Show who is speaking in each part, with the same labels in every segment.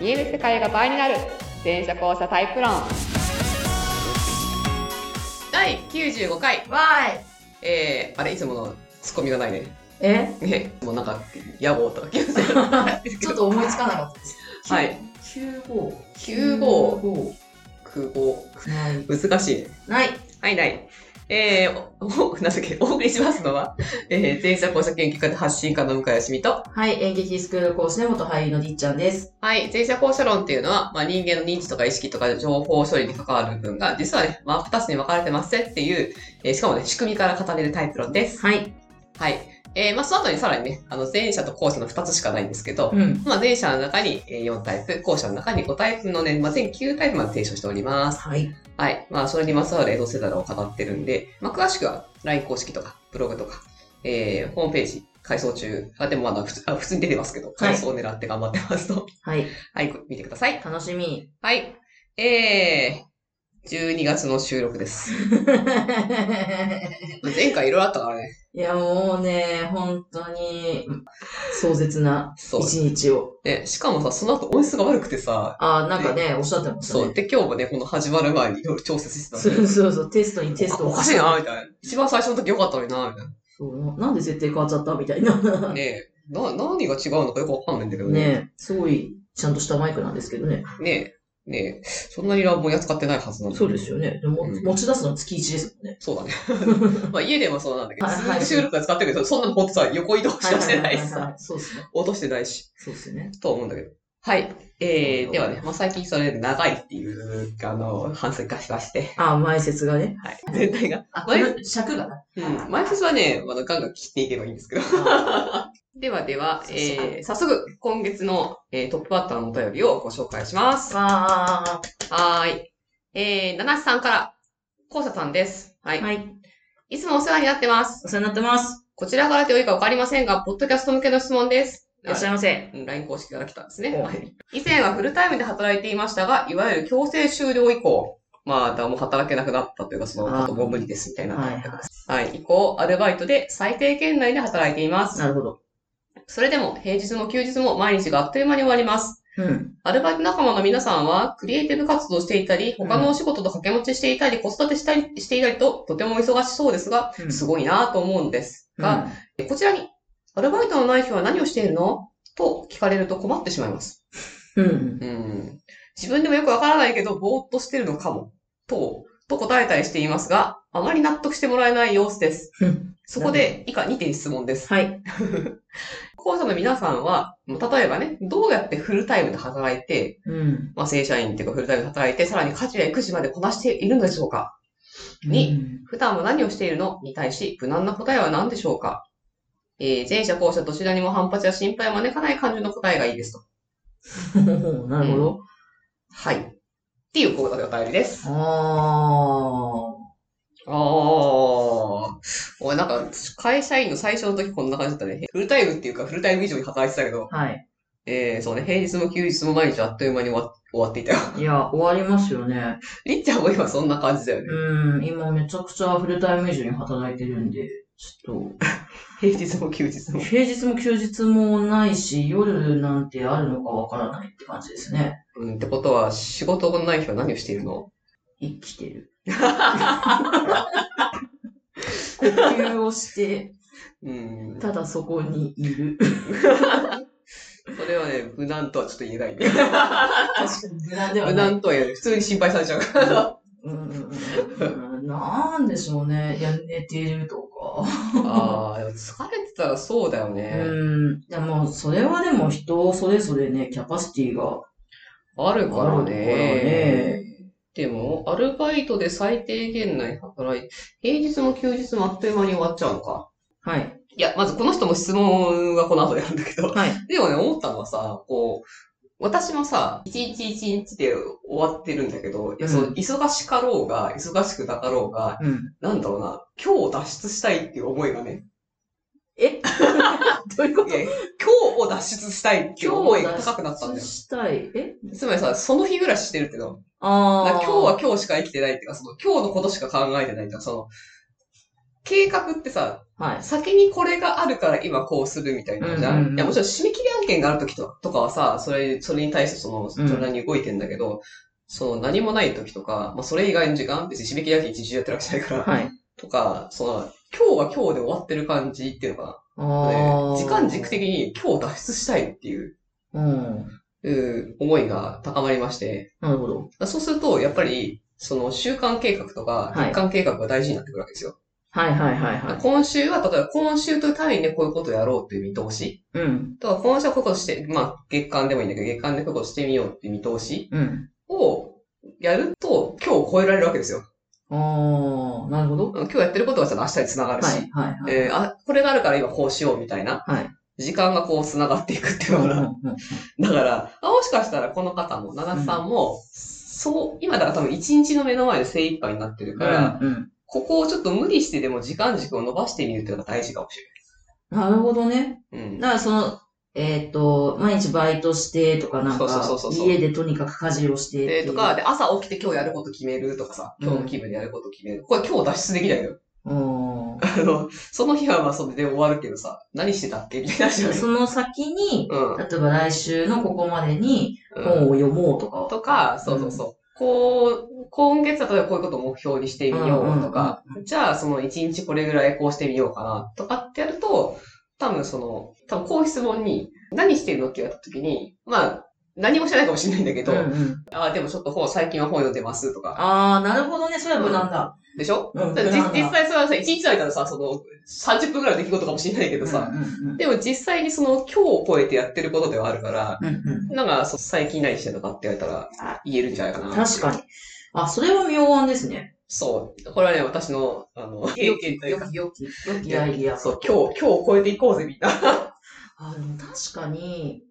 Speaker 1: 見える世界が倍になる全車交差タイプ論第95回
Speaker 2: わーい
Speaker 1: えー、あれいつものツッコミがないね
Speaker 2: え
Speaker 1: ねもうなんか野望とか気がす る
Speaker 2: ちょっと思いつかなかったです。
Speaker 1: はい。
Speaker 2: 九五。
Speaker 1: 95
Speaker 2: 五。
Speaker 1: 空港
Speaker 2: ない。
Speaker 1: 難しいね
Speaker 2: ない。
Speaker 1: はいないえー、お、 おなんだっけ、お送りしますのは、えー、全社交差研究家と発信家の向井しみと、
Speaker 2: はい。演劇スクール講師で元俳優のりっちゃんです。
Speaker 1: はい。前者後者論っていうのは、まあ、人間の認知とか意識とか情報処理に関わる部分が、実はね、まあ、二つに分かれてますっていう、えーしかもね、仕組みから語れるタイプ論です。
Speaker 2: はい。
Speaker 1: はい。えーまあ、その後にさらにね、あの、前者と後者の二つしかないんですけど、
Speaker 2: うん。
Speaker 1: まあ、前者の中にえー4タイプ、後者の中に5タイプのね、まあ、全9タイプまで提唱しております。
Speaker 2: はい。
Speaker 1: はい。まあ、それにまつわる江戸セダルを語ってるんで、まあ、詳しくは LINE 公式とか、ブログとか、えーホームページ、改装中、あ、でもあの、普通あ普通に出てますけど、改装を狙って頑張ってますと、
Speaker 2: はい。
Speaker 1: はい、見てください。
Speaker 2: 楽しみ。
Speaker 1: はい。えー、12月の収録です。前回いろいろあったからね。
Speaker 2: いや、もうね、本当に、壮絶な
Speaker 1: そう。
Speaker 2: 一日を。
Speaker 1: ね、しかもさ、その後音質が悪くてさ、
Speaker 2: あー、なんかね、おっしゃってました
Speaker 1: そう。
Speaker 2: ね。
Speaker 1: で、今日もね、この始まる前にいろいろ調節してたん
Speaker 2: そ
Speaker 1: で。
Speaker 2: うそうそう、テストにテスト
Speaker 1: おかしいな、みたいな。一番最初の時良かったのにな、みたい
Speaker 2: そうななんで設定変わっちゃったみたいな。
Speaker 1: な。ねえ、な、何が違うのかよくわかんないんだけどね。
Speaker 2: ねすごい、ちゃんとしたマイクなんですけどね。
Speaker 1: ねえ、ねえ、そんなに乱暴に扱ってないはずなの。
Speaker 2: そうですよね。でも
Speaker 1: うん
Speaker 2: 持ち出すの月1ですも んね。
Speaker 1: そうだね。まあ家でもそうなんだけど、
Speaker 2: はい
Speaker 1: ス
Speaker 2: は
Speaker 1: ー
Speaker 2: い
Speaker 1: プ収録で使ってるけど、そんなのほんとさ、横移動しかしてないし
Speaker 2: ははは
Speaker 1: さ、
Speaker 2: はそうですね。
Speaker 1: 落としてないし。
Speaker 2: そうですよね。
Speaker 1: と思うんだけど。はい。えー、ではね、まあ、最近それ長いっていう、あの、反省化しまして、
Speaker 2: あ、前説がね。
Speaker 1: はい。 全体が。
Speaker 2: あ、
Speaker 1: 前
Speaker 2: これ尺がな。
Speaker 1: うん。前説はね、あの、ガンガン切っていけばいいんですけど。 ではでは、えー、早速、今月の、えー、トップバッターのお便りをご紹介します。
Speaker 2: あ
Speaker 1: はーい。えー、七瀬さんから、こうささんです。は
Speaker 2: ー
Speaker 1: い。
Speaker 2: はい。
Speaker 1: いつもお世話になってます。
Speaker 2: お世話になってます。
Speaker 1: こちらからでよいかわかりませんが、ポッドキャスト向けの質問です。
Speaker 2: いらっしゃいませ。
Speaker 1: うん LINE 公式から来たんですね。
Speaker 2: お
Speaker 1: はい以前はフルタイムで働いていましたが、いわゆる強制終了以降、まあ、だもう働けなくなったというか、その、
Speaker 2: あー
Speaker 1: あともう無理ですみたいな。
Speaker 2: はい
Speaker 1: はい。以降、アルバイトで最低限内で働いています。
Speaker 2: なるほど。
Speaker 1: それでも、平日も休日も毎日があっという間に終わります。
Speaker 2: うん。
Speaker 1: アルバイト仲間の皆さんは、クリエイティブ活動をしていたり、他のお仕事と掛け持ちしていたり、子育てしたり、していたりと、とても忙しそうですが、
Speaker 2: うん
Speaker 1: すごいなぁと思うんですが、こちらに、アルバイトのない日は何をしているのと聞かれると困ってしまいます。
Speaker 2: うん。うん。
Speaker 1: うん。自分でもよくわからないけど、ぼーっとしてるのかも。と、と答えたりしていますが、あまり納得してもらえない様子です。
Speaker 2: うん
Speaker 1: そこで、以下2点質問です。
Speaker 2: はい。
Speaker 1: 後者の皆さんは、もう例えばね、どうやってフルタイムで働いて、
Speaker 2: うん。
Speaker 1: まあ、正社員っていうかフルタイムで働いて、さらに家事や育児までこなしているのでしょうかに普段は何をしているのに対し、無難な答えは何でしょうかえー、前者後者どちらにも反発や心配を招かない感じの答えがいいですと。
Speaker 2: うん。ほうなるほど。
Speaker 1: はい。っていうこうお便りです。
Speaker 2: あ
Speaker 1: ああ。俺なんか、会社員の最初の時こんな感じだったね。フルタイムっていうか、フルタイム以上に働いてたけど、
Speaker 2: あ。はい。
Speaker 1: えー、そうね、平日も休日も毎日あっという間に終わ終わっていたよ。
Speaker 2: いや、終わりますよね。
Speaker 1: りっちゃんも今そんな感じだよね。
Speaker 2: うん。今めちゃくちゃフルタイム以上に働いてるんで、ちょっ
Speaker 1: 平日も休日
Speaker 2: と、
Speaker 1: も。
Speaker 2: 平日も休日もないし、夜なんてあるのかわからないって感じですね。
Speaker 1: うん、ってことは、仕事がない日は何をしているの
Speaker 2: 生きてる。呼吸をして、
Speaker 1: うん。
Speaker 2: ただそこにいる。
Speaker 1: それはね、無難とはちょっと言えないね。
Speaker 2: 確かに無難で
Speaker 1: 無
Speaker 2: はない。
Speaker 1: 難とは言えない。普通に心配されちゃうから。
Speaker 2: うんうんうんなんでしょうね。いや、寝てるとか。
Speaker 1: ああ、でも疲れてたらそうだよね。
Speaker 2: うん。でも、それはでも人それぞれね、キャパシティが。
Speaker 1: あるからね
Speaker 2: ね。
Speaker 1: でも、アルバイトで最低限内働いて、平日も休日もあっという間に終わっちゃうのか。
Speaker 2: はい。
Speaker 1: いや、まずこの人も質問はこの後でやるんだけど。
Speaker 2: はい。
Speaker 1: でもね、思ったのはさ、こう、私もさ、一日一日で終わってるんだけど、いや、
Speaker 2: うん
Speaker 1: その、忙しかろうが、忙しくなかろうが、
Speaker 2: うん。
Speaker 1: なんだろうな、今日を脱出したいっていう思いがね、
Speaker 2: え どういうこ
Speaker 1: い
Speaker 2: と
Speaker 1: や今日を脱出したいっていう思いが高くな ったんだよ。
Speaker 2: したい。え
Speaker 1: つまりさ、その日暮らししてるってのは
Speaker 2: ああ。
Speaker 1: なんか今日は今日しか生きてないっていうか、その今日のことしか考えてないっていうか、その、計画ってさ、
Speaker 2: はい。
Speaker 1: 先にこれがあるから今こうするみたいなじゃん。
Speaker 2: うんうんうん
Speaker 1: いや、もちろん締め切り案件がある時ととかはさ、それ、それに対してその、それなりに動いてんだけど、そう、何もない時とか、まあ、それ以外の時間、別に締め切り案件一日中やってるわけじゃない から、
Speaker 2: はい。
Speaker 1: とか、その、今日は今日で終わってる感じっていうのかな。
Speaker 2: あ
Speaker 1: で
Speaker 2: あ。
Speaker 1: 時間軸。的に今日脱出したいっていう、
Speaker 2: うん。
Speaker 1: うん思いが高まりまして、
Speaker 2: なるほど。
Speaker 1: そうすると、やっぱり、その、週間計画とか、
Speaker 2: はい
Speaker 1: 月間計画が大事になってくるわけですよ。
Speaker 2: はいはいはいは
Speaker 1: 今週は、例えば今週という単位でこういうことをやろうっていう見通し。
Speaker 2: い。うん。
Speaker 1: とか、今週はこういうことして、まあ、月間でもいいんだけど、月間でこういうことしてみようっていう見通し
Speaker 2: うん。
Speaker 1: をやると、今日を超えられるわけですよ。
Speaker 2: ああ、なるほど。
Speaker 1: 今日やってることはちょっと明日につながるし、
Speaker 2: はいはいはい。
Speaker 1: えーあ、これがあるから今こうしようみたいな、
Speaker 2: はい
Speaker 1: 時間がこうつながっていくっていう
Speaker 2: う
Speaker 1: の
Speaker 2: んう
Speaker 1: が、
Speaker 2: んうん
Speaker 1: だから、あもしかしたらこの方も、奈々さんも、そう、今だから多分一日の目の前で精一杯になってるから、
Speaker 2: うんうん。
Speaker 1: ここをちょっと無理してでも時間軸を伸ばしてみるっていうのが大事かもし
Speaker 2: なるほどね。
Speaker 1: れない。うん。
Speaker 2: だからその、えっ、と、毎日バイトしてとかなん
Speaker 1: そうそう
Speaker 2: か
Speaker 1: そうそう、そう
Speaker 2: 家でとにかく家事をしてって
Speaker 1: で、
Speaker 2: いう
Speaker 1: とか、、で、朝起きて今日やること決めるとかさ、今日の気分でやること決める。これ今日脱出できないよ。
Speaker 2: うん
Speaker 1: あの、その日はまあそれで終わるけどさ、何してたっけみたいな話だよね
Speaker 2: その先に、
Speaker 1: うん。
Speaker 2: 例えば来週のここまでに
Speaker 1: うん
Speaker 2: 本を読もうとか。
Speaker 1: とか、そうそうそう。こう、今月は例えばこういうことを目標にしてみようとか、じゃあその1日これぐらいこうしてみようかなとかってやると、多分その、多分こういう質問に、何してるのって言われた時に、まあ、何もしてないかもしれないんだけ
Speaker 2: う
Speaker 1: ど、
Speaker 2: んうん。
Speaker 1: ああ、でもちょっと本、最近は本読んでますとか、
Speaker 2: ああ、なるほどね。それは無難だ。
Speaker 1: でしょ
Speaker 2: うん
Speaker 1: だから
Speaker 2: 無難だ
Speaker 1: 実実際それはさ、1日間のさ、その、30分ぐらいの出来事かもしれないけどさ、
Speaker 2: うんうんうん
Speaker 1: でも実際にその、今日を超えてやってることではあるから、
Speaker 2: うんうん
Speaker 1: なんか、そう最近何してるのかって言われたら、言えるんじゃないかな。
Speaker 2: 確かに。あ、それは妙案ですね。
Speaker 1: そう。これはね、私の、あの、経験というか、
Speaker 2: よき、よきアイディア。
Speaker 1: そう、今日、今日超えていこうぜ、みんな。
Speaker 2: あ、でも確かに、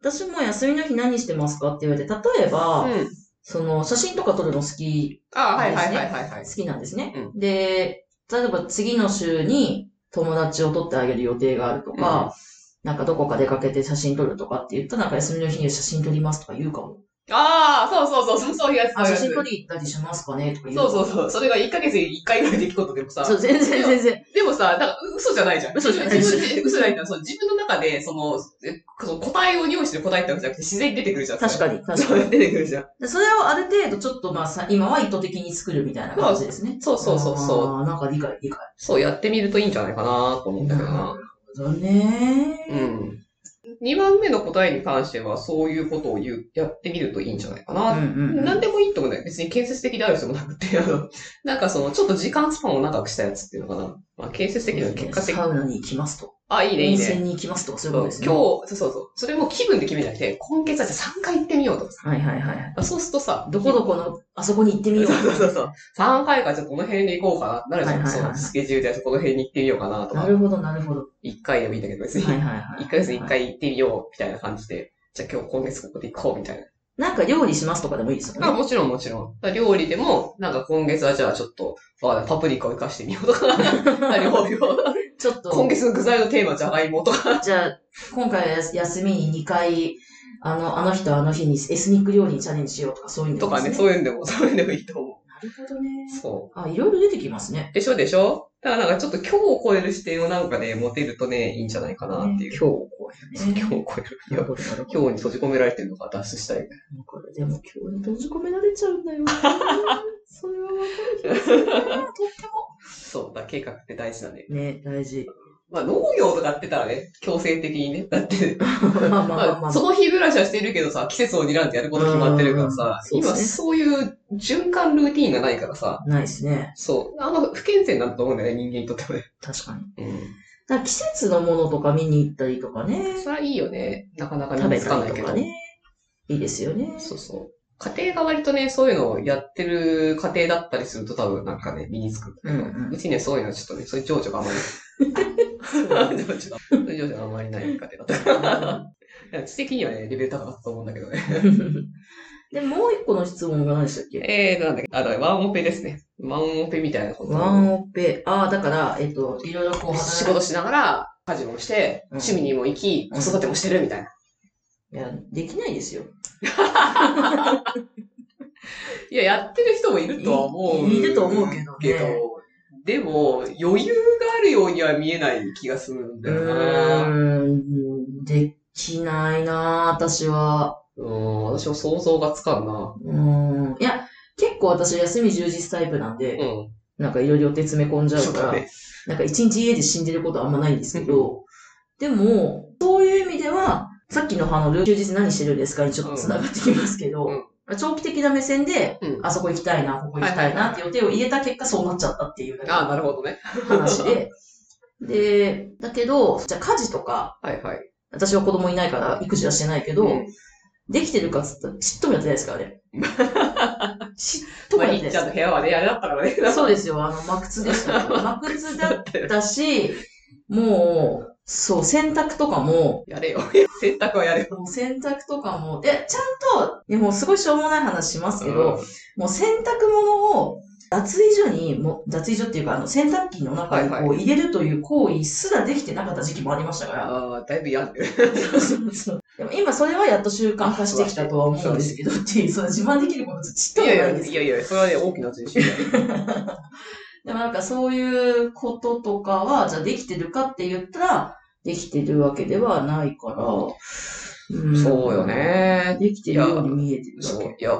Speaker 2: 私も休みの日何してますかって言われて、例えば、
Speaker 1: うん。
Speaker 2: その、写真とか撮るの好き、
Speaker 1: あはい
Speaker 2: です
Speaker 1: はい
Speaker 2: ね
Speaker 1: はいはいはい
Speaker 2: 好。きなんですね。で、例えば次の週に友達を撮ってあげる予定があるとか、なんかどこか出かけて写真撮るとかって言ったら、なんか休みの日に写真撮りますとか言うかも。
Speaker 1: ああ、そうそうそう、そうそういうやつ。
Speaker 2: あ、写真撮
Speaker 1: り
Speaker 2: りに行ったりしますかねとか言う。
Speaker 1: そうそうそう。それが1ヶ月に1回ぐらいできることでもさ、
Speaker 2: そう全然全然。
Speaker 1: でもさ、なんか嘘じゃないじゃん。
Speaker 2: 嘘じゃない
Speaker 1: 自分で嘘じゃないんだ。そう自分の中で、その、えその答えを用意してる答えってわけじゃなくて自然に出てくるじゃん。
Speaker 2: 確かに、確か
Speaker 1: そう
Speaker 2: に。
Speaker 1: 出てくるじゃん。
Speaker 2: でそれをある程度ちょっとまあさ、今は意図的に作るみたいな感じですね。
Speaker 1: そうそうそうそう。
Speaker 2: あーなんか理解、理解。
Speaker 1: そうやってみるといいんじゃないかなと思うんだけどな。
Speaker 2: なるほどね。
Speaker 1: うん。2番目の答えに関しては、そういうことを言う、やってみるといいんじゃないかな。
Speaker 2: うんうん
Speaker 1: 何でもいいと思うんだよ。別に建設的である必要もなくて、 あの、なんかその、ちょっと時間スパンを長くしたやつっていうのかな。まあ、建設的な結果的。
Speaker 2: サウナに行きますと。
Speaker 1: あ、いいね、い
Speaker 2: 温
Speaker 1: いね
Speaker 2: 泉。に行きますとか、そういう
Speaker 1: そ
Speaker 2: こ
Speaker 1: う
Speaker 2: と
Speaker 1: 今日、そう
Speaker 2: ですね。
Speaker 1: そうそう。それも気分で決めなくて、今月はじゃあ3回行ってみようとかさ。
Speaker 2: はいはいはい。
Speaker 1: あそうするとさ、
Speaker 2: どこどこの、あそこに行ってみ
Speaker 1: そう
Speaker 2: よう。
Speaker 1: そうそうそう。3回か、じゃあこの辺に行こうかな。なるじゃん。
Speaker 2: はいはいはいはい
Speaker 1: そう、スケジュールでこの辺に行ってみようかなと
Speaker 2: な
Speaker 1: か。
Speaker 2: るほど、なるほど。
Speaker 1: 1回でもいいんだけど、別に。
Speaker 2: はいはいはい。
Speaker 1: 1ヶ月に1。回行ってみよう、みたいな感じで。じゃあ今日今月ここで行こう、みたいな。
Speaker 2: なんか料理しますとかでもいいですよ
Speaker 1: あ
Speaker 2: ね。
Speaker 1: もちろんもちろん。だから料理でも、なんか今月はじゃあちょっと、わかんないパプリカを生かしてみようと か、料理を。
Speaker 2: ちょっ
Speaker 1: 今
Speaker 2: と、
Speaker 1: 月の具材のテーマじゃがいもとか。
Speaker 2: じゃあ、今回は休みに2回、あの、あの日とあの日にエスニック料理にチャレンジしようとか、そういうの
Speaker 1: とかね、
Speaker 2: う。
Speaker 1: そういうんでも、そういうのもいいと思
Speaker 2: なるほどね
Speaker 1: う。。そ
Speaker 2: あ、いろいろ出てきますね。
Speaker 1: う。でしょでしょだからなんかちょっと今日を超える視点をなんかね、持てるとね、いいんじゃないかなっていう。
Speaker 2: 今日を超え
Speaker 1: そう
Speaker 2: るね。
Speaker 1: 今日を超える。い
Speaker 2: なる
Speaker 1: や
Speaker 2: ほどなるほど
Speaker 1: 今日に閉じ込められてるのが脱出したい。
Speaker 2: これでも今日に閉じ込められちゃうんだよな。それはわかる気がするな。とっても。
Speaker 1: そう、だから計画って大事だね。
Speaker 2: ね、大事。
Speaker 1: まあ農業とかやってたらね、強制的にね。だって、
Speaker 2: まあまあまあ
Speaker 1: ま
Speaker 2: ま
Speaker 1: あ、
Speaker 2: あ。
Speaker 1: その日暮らしはしてるけどさ、季節を睨んでやること決まってるからさ、
Speaker 2: うんうんうん
Speaker 1: 今そういう循環ルーティーンがないからさ、
Speaker 2: ないですね。
Speaker 1: そう、あんま不健全なんだと思うんだよね、人間にとってもね。
Speaker 2: 確かに。
Speaker 1: うん。
Speaker 2: だから季節のものとか見に行ったりとかね。
Speaker 1: それはいいよね。なかなか
Speaker 2: 食
Speaker 1: 見
Speaker 2: べ
Speaker 1: つか
Speaker 2: た
Speaker 1: ない
Speaker 2: り
Speaker 1: け
Speaker 2: と
Speaker 1: ど。
Speaker 2: かね。いいですよね。
Speaker 1: そうそう。家庭が割とね、そういうのをやってる家庭だったりすると多分なんかね、身につくんだけど、
Speaker 2: うんうん
Speaker 1: ちね、そういうのちょっとね、そういう情緒があんまり、
Speaker 2: そう
Speaker 1: 情緒が、そういう情緒があんまりない家庭だったから。 知的にはね、レベル高かったと思うんだけどね。
Speaker 2: で、もう一個の質問が何でしたっけ
Speaker 1: えーと、なんだっけ、あ、だからワンオペですね。ワンオペみたいなこと。
Speaker 2: ワンオペ。ああ、だから、えっと、いろいろこう、
Speaker 1: 仕事しながら、家事もして、
Speaker 2: うん
Speaker 1: 趣味にも行き、
Speaker 2: うん
Speaker 1: 子育てもしてるみたいな。
Speaker 2: いや、できないですよ。
Speaker 1: いや、やってる人もいるとは思う。
Speaker 2: いいると思うけどね
Speaker 1: けどでも、余裕があるようには見えない気がするんだ
Speaker 2: う
Speaker 1: よな。
Speaker 2: ーん、できないなぁ私は。
Speaker 1: うん、私は想像がつかんな。
Speaker 2: うーん。いや、結構私休み充実タイプなんで、
Speaker 1: うん。
Speaker 2: なんかいろいろ予定詰め込んじゃう
Speaker 1: そう
Speaker 2: から、
Speaker 1: だね。
Speaker 2: なんか一日家で死んでることはあんまないんですけど、でも、そういう意味では、さっきのあの、休日何してるんですかにちょっと繋がってきますけど、
Speaker 1: うん
Speaker 2: 長期的な目線で、
Speaker 1: うん。
Speaker 2: あそこ行きたいな、ここ行きたいなって予定を入れた結果そうなっちゃったっていうだけ
Speaker 1: ああ、なるほどね。
Speaker 2: の話で、で、だけど、じゃあ家事とか、
Speaker 1: はいはい。
Speaker 2: 私は子供いないから育児はしてないけど、
Speaker 1: うん
Speaker 2: できてるかっつったら、ちっともやってないですか らね。ちっとも
Speaker 1: まあ、り
Speaker 2: やってない
Speaker 1: っ
Speaker 2: で
Speaker 1: ち
Speaker 2: す
Speaker 1: ゃんの部屋はね、あれだったからね。
Speaker 2: そうですよ、あの、マックスでした。マックスだったし、もう、そう、洗濯とかも、
Speaker 1: やれ よ。洗濯はやれよ。
Speaker 2: もう洗濯とかも、え、ちゃんと、いやもうすごいしょうもない話しますけど、もう洗濯物を脱衣所に、もう脱衣所っていうか、あの、洗濯機の中にこ
Speaker 1: はいは
Speaker 2: う入れるという行為すらできてなかった時期もありました から、
Speaker 1: ああ、だいぶ病んでる。
Speaker 2: そうそうそうでも今それはやっと習慣化してきたとは思うんですけど、っていう、その自慢できることちっ
Speaker 1: い
Speaker 2: とも
Speaker 1: や
Speaker 2: ないい
Speaker 1: や
Speaker 2: んです
Speaker 1: いやいや、それはね、大きな人種だよ。
Speaker 2: でもなんかそういうこととかは、じゃあできてるかって言ったら、できてるわけではないから。うん
Speaker 1: そうよ。ね。
Speaker 2: できてるように見えてるだ
Speaker 1: そう
Speaker 2: け。。
Speaker 1: いや、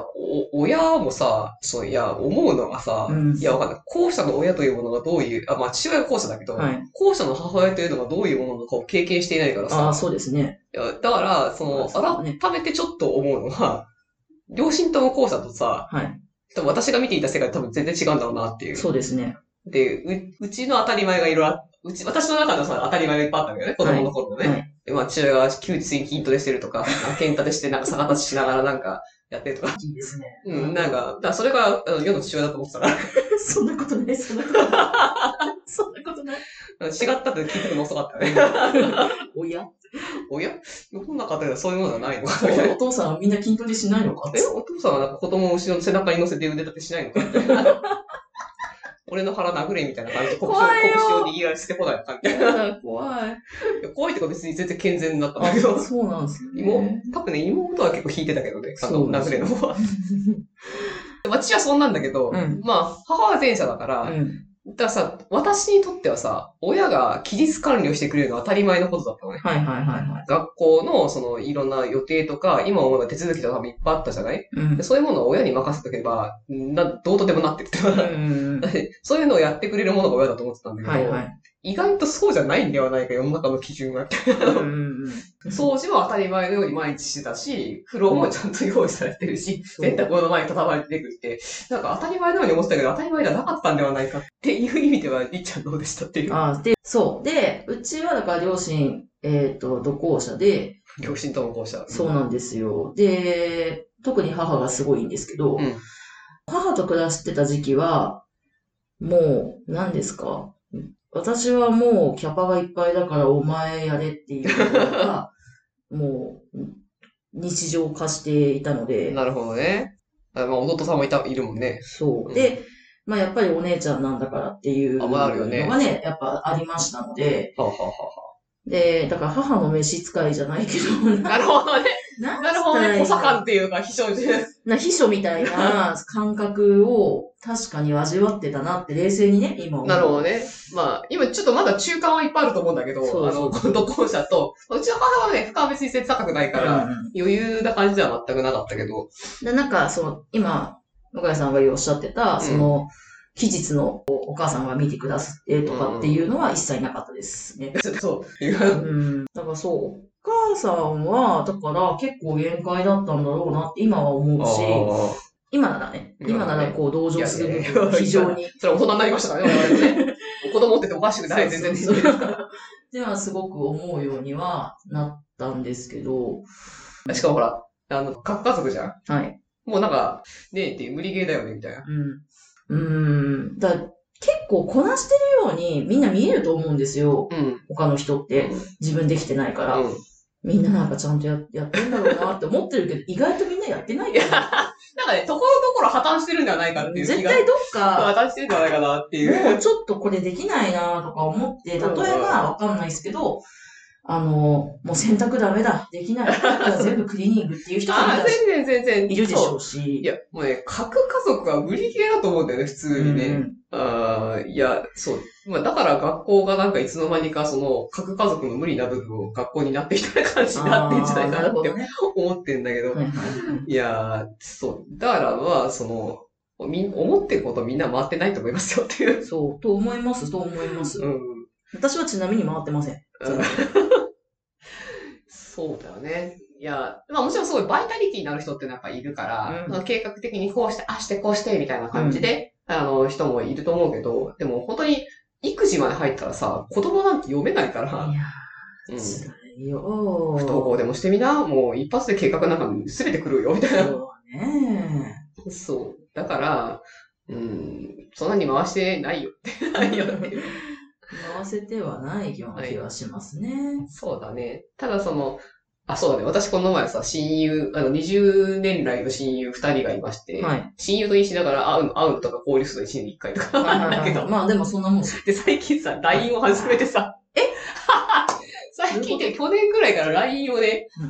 Speaker 1: お、親もさ、そう、いや、思うのがさ、
Speaker 2: うん
Speaker 1: いや、わかんない。後者の親というものがどういう、あ、まあ、父親は後者だけど、
Speaker 2: はい。
Speaker 1: 後者の母親というのがどういうものなのかを経験していないから
Speaker 2: あ
Speaker 1: さ
Speaker 2: あ、、そうですね。
Speaker 1: いやだから、その、
Speaker 2: そうですね
Speaker 1: 改めてちょっと思うのは、両親とも後者とさ、
Speaker 2: はい。
Speaker 1: 多分私が見ていた世界と多分全然違うんだろうなっていう。
Speaker 2: そうですね。
Speaker 1: で、う、うちの当たり前がいろいろあ、うち、私の中のさ、当たり前がいっぱいあったんだよね、子供の頃のね。
Speaker 2: はいは
Speaker 1: でまあ、父親が休日に筋トレしてる とか、剣立てしてなんか逆立ちしながらなんかやってるとか。
Speaker 2: いいですね。
Speaker 1: うん、なんか、だからそれが、あの、世の父親だと思ってたら、
Speaker 2: そんなことない、そんなことない。そんなことない。
Speaker 1: 違ったって気づくの遅かった よね。
Speaker 2: おや
Speaker 1: おや 世の中ではそういうものじゃないのかみたいな
Speaker 2: お父さんはみんな筋トレしないのか
Speaker 1: え、お父さんはなんか子供を後ろの背中に乗せて腕立てしないのか みたいな。俺の腹殴れみたいな感じで拳を、
Speaker 2: 怖いよ
Speaker 1: 拳を握らせてこないのかみたいな。
Speaker 2: 怖い。
Speaker 1: いや怖いとか別に全然健全だったんだ
Speaker 2: あ
Speaker 1: けど。
Speaker 2: そうなんです
Speaker 1: 妹
Speaker 2: ね。、
Speaker 1: 多分ね、妹は結構引いてたけどね、あ
Speaker 2: そ
Speaker 1: の、
Speaker 2: うです
Speaker 1: 殴れの方は。私はそんなんだけど、
Speaker 2: うん
Speaker 1: まあ、母は前者だから、
Speaker 2: うん。
Speaker 1: だからさ、私にとってはさ、親が期日管理をしてくれるのは当たり前のことだったのね。
Speaker 2: はいはいはいはい。
Speaker 1: 学校の、その、いろんな予定とか、今思えば手続きとかもいっぱいあったじゃない
Speaker 2: うん
Speaker 1: でそういうものを親に任せとけば、な、どうとでもなってるって。
Speaker 2: うん
Speaker 1: そういうのをやってくれるものが親だと思ってたんだけど、
Speaker 2: はいはい。
Speaker 1: 意外とそうじゃないんではないか、世の中の基準が。
Speaker 2: うんうん
Speaker 1: 掃除は当たり前のように毎日してたし、風呂もちゃんと用意されてるし、
Speaker 2: そう
Speaker 1: 洗濯物の前に畳まれて出てくるって、なんか当たり前のように思ってたけど、当たり前じゃなかったんではないかっていう意味では、りっちゃんどうでしたっていう。
Speaker 2: あで、そう。で、うちはだから両親、えっ、と、同行者で、
Speaker 1: 両親ともこうした。
Speaker 2: そうなんですよ。で、特に母がすごいんですけ
Speaker 1: う
Speaker 2: ど、
Speaker 1: ん
Speaker 2: 母と暮らしてた時期は、もう、何ですか私はもうキャパがいっぱいだからお前やれっていうの が、もう、日常化していたので、
Speaker 1: なるほどね。あまあ、弟さんもいた、いるもんね。
Speaker 2: そうう。
Speaker 1: ん
Speaker 2: で、まあやっぱりお姉ちゃんなんだからっていう
Speaker 1: あ
Speaker 2: の
Speaker 1: まあ
Speaker 2: が
Speaker 1: あるよね
Speaker 2: ね、やっぱありましたので、
Speaker 1: はあ、はあは
Speaker 2: で、だから母の召使いじゃないけど、
Speaker 1: あ、なるほどね。
Speaker 2: な
Speaker 1: なるほどね。小
Speaker 2: な
Speaker 1: 坂っていうか、秘書じ
Speaker 2: な秘書みた いな感覚を確かに味わってたなって冷静にね、今思う
Speaker 1: なるほどね。まあ、今ちょっとまだ中間はいっぱいあると思うんだけど、
Speaker 2: そうそう
Speaker 1: あの、今度校舎と、うちの母はね、負荷は別に背高くないから、
Speaker 2: うん
Speaker 1: 余裕な感じでは全くなかったけど、
Speaker 2: で、なんか、その、今、野谷さんがおっしゃってた、その、期日のお母さんが見てくださってとかっていうのは一切なかったですね。
Speaker 1: ちょっとそう、
Speaker 2: うん。だからそう、お母さんは、だから結構限界だったんだろうなって今は思うし、
Speaker 1: あ
Speaker 2: 今ならね、今ならこう同情する部
Speaker 1: いやいや
Speaker 2: 分
Speaker 1: い
Speaker 2: が
Speaker 1: や
Speaker 2: 非常に
Speaker 1: ーそれは大人になりましたからね、我々もね。子供ってておかしくない、全然
Speaker 2: そう
Speaker 1: ね。
Speaker 2: ではすごく思うようにはなったんですけど、
Speaker 1: しかもほら、あの、核家族じゃん。
Speaker 2: はい。
Speaker 1: もうなんか、ねえって無理ゲーだよね、みたいな。
Speaker 2: うん。うん。だ結構こなしてるようにみんな見えると思うんですよ。
Speaker 1: うん。
Speaker 2: 他の人って自分できてないから。
Speaker 1: うん
Speaker 2: みんななんかちゃんとややってんだろうなって思ってるけど、意外とみんなやってないよね。
Speaker 1: なんかね、ところどころ破綻してるんじゃないかっていう
Speaker 2: 絶
Speaker 1: 気が。
Speaker 2: 対どっ
Speaker 1: 破
Speaker 2: か、
Speaker 1: 綻してるんじゃないかなって いう。
Speaker 2: もうちょっとこれできないなとか思って、例えば
Speaker 1: うん
Speaker 2: わかんないですけど、あの、もう洗濯ダメだ、できない、だから全部クリーニングっていう人もい
Speaker 1: ああ、
Speaker 2: たし
Speaker 1: 全然全然。
Speaker 2: いるでし
Speaker 1: そう
Speaker 2: ょうし。
Speaker 1: いや、もうね、核家族は無理ゲーだと思うんだよね、普通にね。
Speaker 2: うん
Speaker 1: あーいや、そう。まあ、だから学校がなんかいつの間にか、その、核家族の無理な部分を学校になってきた感じになってんじゃないかな
Speaker 2: あーるほ
Speaker 1: って
Speaker 2: どね。
Speaker 1: 思ってんだけど。
Speaker 2: はいはい
Speaker 1: やー、そう。だからまあ、その、み、思ってることはみんな回ってないと思いますよってい
Speaker 2: い。
Speaker 1: う。
Speaker 2: そう、と思います、と思います。
Speaker 1: うん。
Speaker 2: 私はちなみに回ってません。全然
Speaker 1: そうだよね。いや、まあもちろんすごいバイタリティになる人ってなんかいるから
Speaker 2: う、ん
Speaker 1: その計画的にこうして、ああして、こうして、みたいな感じで、あの、人もいると思うけど、でも本当に、育児まで入ったらさ、子供なんて読めないから、
Speaker 2: いや
Speaker 1: うん
Speaker 2: ー、辛いよー。
Speaker 1: 不登校でもしてみな、もう一発で計画なんか全て狂うよ、みたいな。
Speaker 2: そう ね。
Speaker 1: そう。だから、うん、そんなに回してないよって。ないよっ ていう。
Speaker 2: 回せてはないような気がしますね。
Speaker 1: そうだね。ただその、あ、そうだね。私この前さ、親友、あの、20年来の親友2人がいまして、
Speaker 2: はい。
Speaker 1: 親友と飲酒だから会うの、会うのとか交流するの1年に1回とか。 だけど、
Speaker 2: まあでもそんなもんですよ。
Speaker 1: で、最近さ、LINE を始めてさ、え 最近って去年くらいから LINE をね、
Speaker 2: う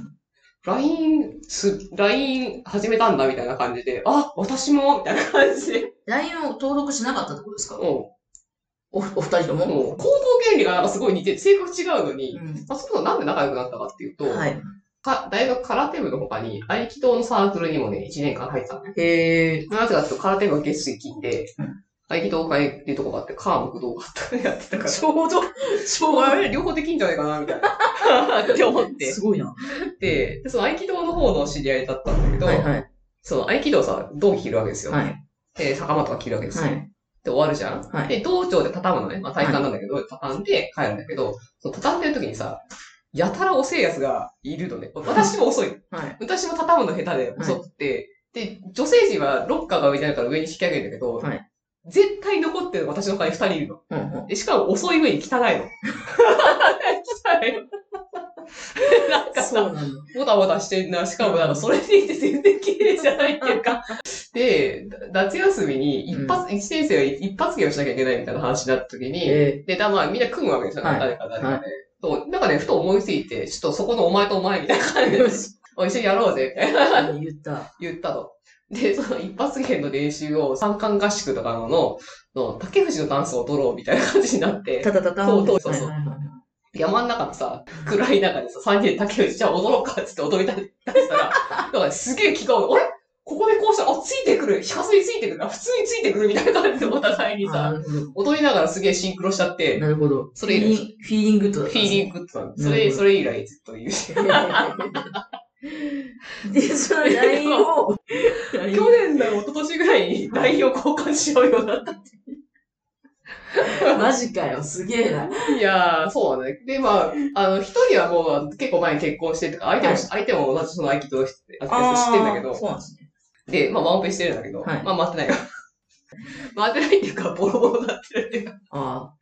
Speaker 1: LINE す、LINE 始めたんだみたいな感じで、あ、私もみたいな感じで、
Speaker 2: LINE を登録しなかったってことですか
Speaker 1: うん、
Speaker 2: おお二人とも
Speaker 1: もう行動原理がなんかすごい似て、性格違うのに、
Speaker 2: う
Speaker 1: まあ、そもそもなんで仲良くなったかっていうと、
Speaker 2: ん。はい。
Speaker 1: か大学空手部の他に、合気道のサークルにもね、1年間入ってたのね。
Speaker 2: へえ。
Speaker 1: なぜかっていうと、空手部は月水金で
Speaker 2: うん、
Speaker 1: 合気道会っていうとこがあって、カーム道があったからやってたから、
Speaker 2: ちょうど、ちょう
Speaker 1: あれ両方できんじゃないかな、みたいな。 って思っ
Speaker 2: ど。
Speaker 1: て
Speaker 2: す。ごいな。
Speaker 1: で、その合気道の方の知り合いだったんだけど、
Speaker 2: はいはい。
Speaker 1: その合気道さ、道着着るわけですよ。
Speaker 2: はい。
Speaker 1: で、袴とか着るわけですよ。
Speaker 2: はい。
Speaker 1: で終わるじゃん、
Speaker 2: はい
Speaker 1: で、道場で畳むのね。まあ体幹なんだけど、畳んで帰るんだけど、その畳んでる時にさ、やたら遅いやつがいるのね。私も遅い。
Speaker 2: はい。
Speaker 1: 私も畳むの下手で遅くて、で、女性陣はロッカーが上にあるから上に引き上げるんだけど、
Speaker 2: はい
Speaker 1: 絶対残ってる私の他に二人いるの。
Speaker 2: うんうん。
Speaker 1: でしかも遅い上に 汚いの。汚いの。なんかさ、
Speaker 2: そうなんだ。
Speaker 1: ボタボタしてんな。しかもなんかそれでいて全然綺麗じゃないっていうか。で、夏休みに一発、一年生は一発芸をしなきゃいけないみたいな話になった時に、
Speaker 2: え
Speaker 1: で、だまあみんな組むわけですよ、
Speaker 2: はい
Speaker 1: 誰か誰かで。そうなんかね、ふと思いついて、ちょっとそこのお前とお前みたいな感じで、 お一緒にやろうぜ、みたいな
Speaker 2: ー、言った。
Speaker 1: 言ったと。で、その一発芸の練習を三冠合宿とかのの、の竹藤のダンスを踊ろうみたいな感じになって、
Speaker 2: たたたたん。
Speaker 1: そうそうそう
Speaker 2: はい
Speaker 1: そう
Speaker 2: はいはい
Speaker 1: 山の中のさ、暗い中でさ、三人で竹内じゃあ踊ろうかっつって踊りたりしたら、だからすげえ気が合う。あれここでこうしたら、あ、ついてくる。ひかすについてくる。あ普通についてくるみたいな感じでお互いに
Speaker 2: あ
Speaker 1: さ、
Speaker 2: なるほど
Speaker 1: 踊りながらすげえシンクロしちゃって、
Speaker 2: なるほど。
Speaker 1: それ以来
Speaker 2: フィーリングフィーリングとだ
Speaker 1: フ
Speaker 2: ったん
Speaker 1: ィー
Speaker 2: ですね
Speaker 1: リングってたのそ
Speaker 2: なる
Speaker 1: れ、
Speaker 2: ほど
Speaker 1: それ以来ずっと言うし。
Speaker 2: で、その LINE を、
Speaker 1: 去年だ、一昨年ぐらいに LINE を交換しようようになった。
Speaker 2: マジかよ、すげえな。
Speaker 1: いやー、そうだね。で、まあ、あの、一人はもうあの結構前に結婚してとか、相手も、
Speaker 2: はい
Speaker 1: 相手も同じその合気道の人知ってんだけど、
Speaker 2: そうなんですね。
Speaker 1: で、まあ、ワンオペしてるんだけど、
Speaker 2: はい
Speaker 1: まあ、待ってない よ。待ってないっていうか、ボロボロになってるっていうか、
Speaker 2: あ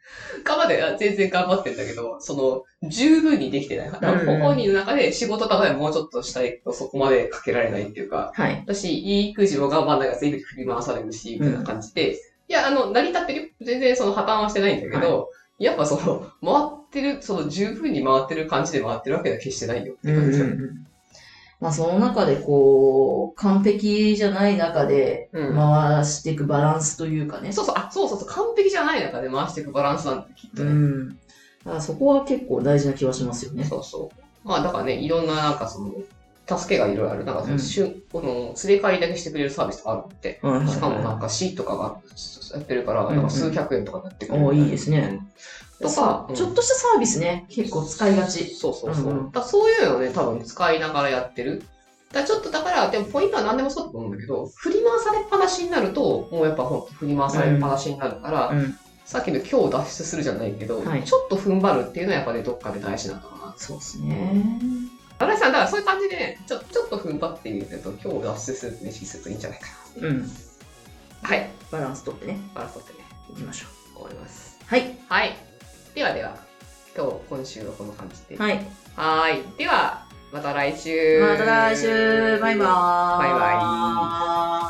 Speaker 1: 頑張って、あ全然頑張ってんだけど、その、十分にできてない。だから
Speaker 2: うんうん
Speaker 1: 本人の中で仕事とかでもうちょっとしたいけど、そこまでかけられないっていうか、
Speaker 2: あ、はい。
Speaker 1: 私、いい育児も頑張んないから全部振り回されるし、みたいな感じで、いや、あの、成り立ってるよ。全然その破綻はしてないんだけど、やっぱその、回ってる、その十分に回ってる感じで回ってるわけでは決してないよって感じだ。
Speaker 2: まあ、その中で、こう、完璧じゃない中で、
Speaker 1: うん
Speaker 2: 回していくバランスというかね。
Speaker 1: そうそう、あ、そうそうそう、完璧じゃない中で回していくバランスなんてきっとね。
Speaker 2: ん。だからそこは結構大事な気はしますよね。
Speaker 1: そうそう。まあだからね、いろんななんかその、助けがいろいろある。なんかその、
Speaker 2: うん
Speaker 1: しゅこの、すれ替えだけしてくれるサービスとかあるって。
Speaker 2: はいはいはい
Speaker 1: しかもなんか C とかがやってるから、
Speaker 2: うんうん
Speaker 1: なんか数百円とかになってくる。
Speaker 2: おーいいですね
Speaker 1: うん。とか、
Speaker 2: そうちょっとしたサービスね、結構使いがち。
Speaker 1: そうそうそう。
Speaker 2: うんうん
Speaker 1: だからそういうのをね、多分使いながらやってる。だからちょっとだから、でもポイントは何でもそうだと思うんだけど、振り回されっぱなしになると、もうやっぱほんと振り回されっぱなしになるから、
Speaker 2: うん
Speaker 1: さっきの今日脱出するじゃないけど、
Speaker 2: はい
Speaker 1: ちょっと踏ん張るっていうのはやっぱり、ね、どっかで大事なのかな
Speaker 2: そうですね。
Speaker 1: 新井さん、だからそういう感じでね、ちょちょっと踏ん張ってみると、今日脱出すると意識するといいんじゃないか
Speaker 2: うん。
Speaker 1: な。はい。
Speaker 2: バランスとってね、
Speaker 1: バランス取ってね、
Speaker 2: いきましょう。
Speaker 1: 思います。
Speaker 2: はい。
Speaker 1: はい。ではでは、今日、今週はこの感じで。
Speaker 2: はい。
Speaker 1: はーい。では、また来週。
Speaker 2: また来週。バイバー
Speaker 1: バ
Speaker 2: イ。
Speaker 1: イバ
Speaker 2: イ。